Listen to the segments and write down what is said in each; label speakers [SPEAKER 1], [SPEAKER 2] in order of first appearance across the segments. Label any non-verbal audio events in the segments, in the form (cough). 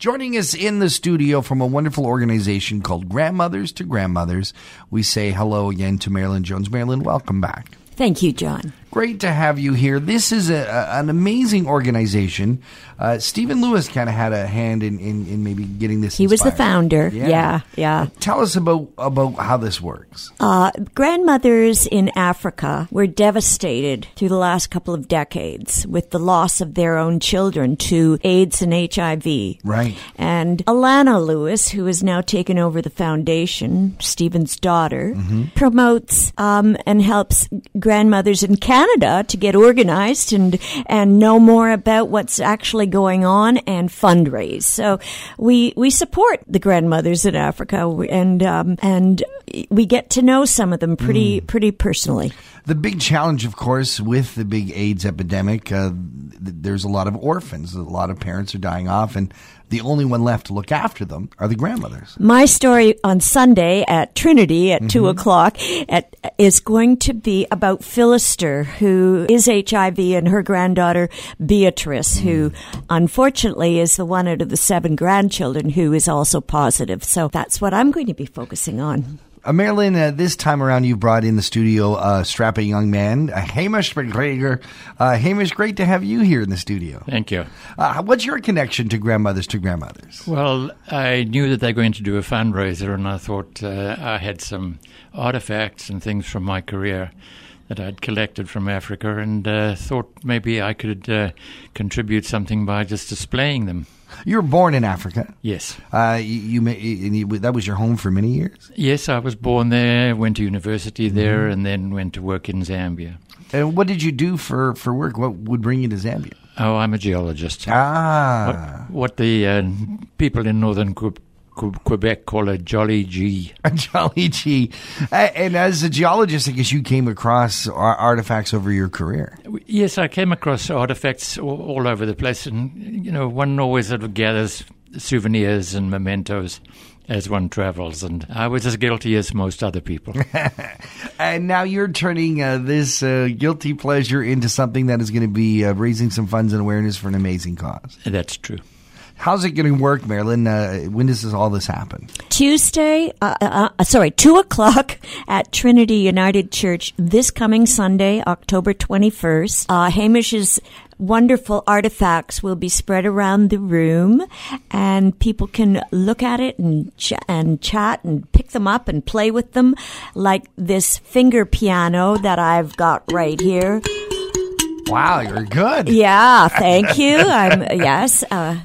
[SPEAKER 1] Joining us in the studio from a wonderful organization called Grandmothers to Grandmothers, we say hello again to Marilyn Jones. Marilyn, welcome back.
[SPEAKER 2] Thank you, John.
[SPEAKER 1] Great to have you here. This is a, a- an amazing organization. Uh, Stephen Lewis kind of had a hand in, in, in maybe getting this.
[SPEAKER 2] He was the
[SPEAKER 1] inspired.
[SPEAKER 2] founder. Yeah, yeah.
[SPEAKER 1] Tell us about about how this works.
[SPEAKER 2] Uh, grandmothers in Africa were devastated through the last couple of decades with the loss of their own children to AIDS and HIV.
[SPEAKER 1] Right.
[SPEAKER 2] And Alana Lewis, who has now taken over the foundation, Stephen's daughter, promotes um, and helps grandmothers in Canada to get organized and and know more about what's actually going on and fundraise. So we we support the grandmothers in Africa and um, and we get to know some of them pretty pretty personally.
[SPEAKER 1] The big challenge, of course, with the big AIDS epidemic, uh, th- there's a lot of orphans. A lot of parents are dying off, and the only one left to look after them are the grandmothers.
[SPEAKER 2] My story on Sunday at Trinity at two o'clock at, is going to be about Philister, who is HIV, and her granddaughter Beatrice, who unfortunately is the one out of the seven grandchildren who is also positive. So that's what I'm going to be focusing on.
[SPEAKER 1] Uh, Marilyn, uh, this time around, you brought in the studio uh, strapping young man, uh, Hamish McGregor. Uh, Hamish, great to have you here in the studio.
[SPEAKER 3] Thank you.
[SPEAKER 1] Uh, what's your connection to grandmothers to grandmothers?
[SPEAKER 3] Well, I knew that they were going to do a fundraiser, and I thought uh, I had some artifacts and things from my career that I'd collected from Africa, and uh, thought maybe I could uh, contribute something by just displaying them.
[SPEAKER 1] You were born in Africa.
[SPEAKER 3] Yes.
[SPEAKER 1] Uh, you, you, ma- and you that was your home for many years.
[SPEAKER 3] Yes, I was born there, went to university there, and then went to work in Zambia.
[SPEAKER 1] And what did you do for, for work? What would bring you to Zambia?
[SPEAKER 3] Oh, I'm a geologist.
[SPEAKER 1] Ah,
[SPEAKER 3] What the uh, people in northern Que- Que- Quebec call a jolly G.
[SPEAKER 1] a Ah, (laughs) jolly G. A- And as a geologist, I guess you came across ar- artifacts over your career.
[SPEAKER 3] Yes, I came across artifacts all, all over the place, and you know, one always sort of gathers souvenirs and mementos as one travels. And I was as guilty as most other people.
[SPEAKER 1] And now you're turning uh, this uh, guilty pleasure into something that is going to be uh, raising some funds and awareness for an amazing cause.
[SPEAKER 3] That's true.
[SPEAKER 1] How's it going to work, Marilyn? Uh, when does this, all this happen?
[SPEAKER 2] Tuesday, uh, uh, uh, sorry, 2 (laughs) o'clock at Trinity United Church this coming Sunday, October 21st. Uh, Hamish's wonderful artifacts will be spread around the room and people can look at it and, ch- and chat and pick them up and play with them like this finger piano that I've got right here.
[SPEAKER 1] Wow, you're good. (laughs)
[SPEAKER 2] Yeah, thank you. I'm yes, uh,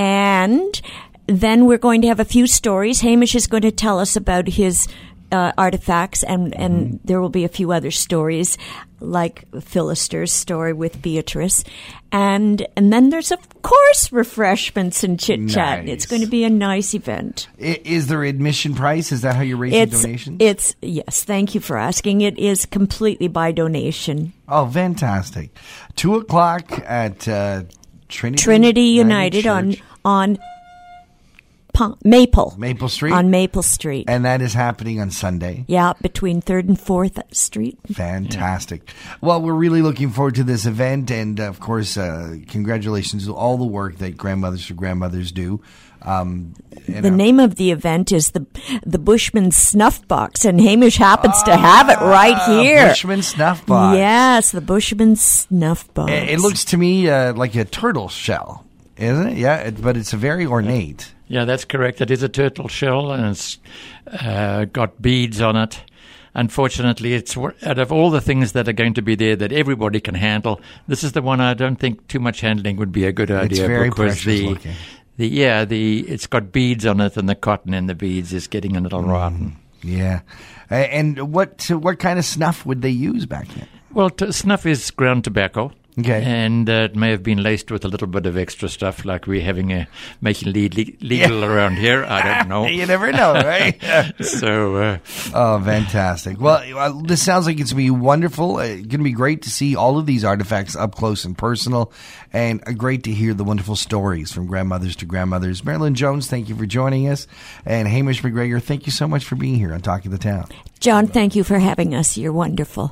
[SPEAKER 2] and then we're going to have a few stories. Hamish is going to tell us about his uh, artifacts, and
[SPEAKER 1] Mm-hmm.
[SPEAKER 2] and there will be a few other stories, like Philister's story with Beatrice, and and then there's of course refreshments and chit chat. It's
[SPEAKER 1] Nice.
[SPEAKER 2] going to be a nice event.
[SPEAKER 1] I- is there admission price? Is that how you raise the
[SPEAKER 2] It's
[SPEAKER 1] donations?
[SPEAKER 2] it's yes. Thank you for asking. It is completely by donation.
[SPEAKER 1] oh, fantastic. Two o'clock at uh, Trinity,
[SPEAKER 2] Trinity United on
[SPEAKER 1] Church,
[SPEAKER 2] on Pon- Maple
[SPEAKER 1] Maple Street.
[SPEAKER 2] on Maple Street.
[SPEAKER 1] and that is happening on Sunday.
[SPEAKER 2] yeah, between Third and Fourth Street.
[SPEAKER 1] Fantastic. Well, we're really looking forward to this event, and of course, uh, congratulations to all the work that grandmothers to grandmothers do. Um, and,
[SPEAKER 2] The
[SPEAKER 1] uh,
[SPEAKER 2] name of the event is the the Bushman Snuff Box, and Hamish happens to have it right here.
[SPEAKER 1] uh, Bushman Snuff Ah, Box.
[SPEAKER 2] Yes, the Bushman Snuff Box.
[SPEAKER 1] It, it looks to me uh, like a turtle shell, isn't it? Yeah, it, but it's very ornate.
[SPEAKER 3] Yeah, that's correct. It is a turtle shell, and it's uh, got beads on it. Unfortunately, it's wor- out of all the things that are going to be there that everybody can handle. This is the one I don't think too much handling would be a good idea
[SPEAKER 1] very
[SPEAKER 3] because the,
[SPEAKER 1] precious looking.
[SPEAKER 3] the yeah the it's got beads on it, and the cotton in the beads is getting a little rotten.
[SPEAKER 1] Yeah. A- And what what kind of snuff would they use back then?
[SPEAKER 3] Well, t- snuff is ground tobacco.
[SPEAKER 1] Okay.
[SPEAKER 3] And uh, it may have been laced with a little bit of extra stuff, like we're having a making le- le- legal around here. I
[SPEAKER 1] (laughs)
[SPEAKER 3] don't know.
[SPEAKER 1] You never know, right?
[SPEAKER 3] So uh,
[SPEAKER 1] Oh, fantastic! Well, uh, this sounds like it's gonna be wonderful. Uh, It's gonna be great to see all of these artifacts up close and personal, and uh, great to hear the wonderful stories from grandmothers to grandmothers. Marilyn Jones, thank you for joining us, and Hamish McGregor, thank you so much for being here on Talking the Town.
[SPEAKER 2] John, thank you for having us. You're wonderful.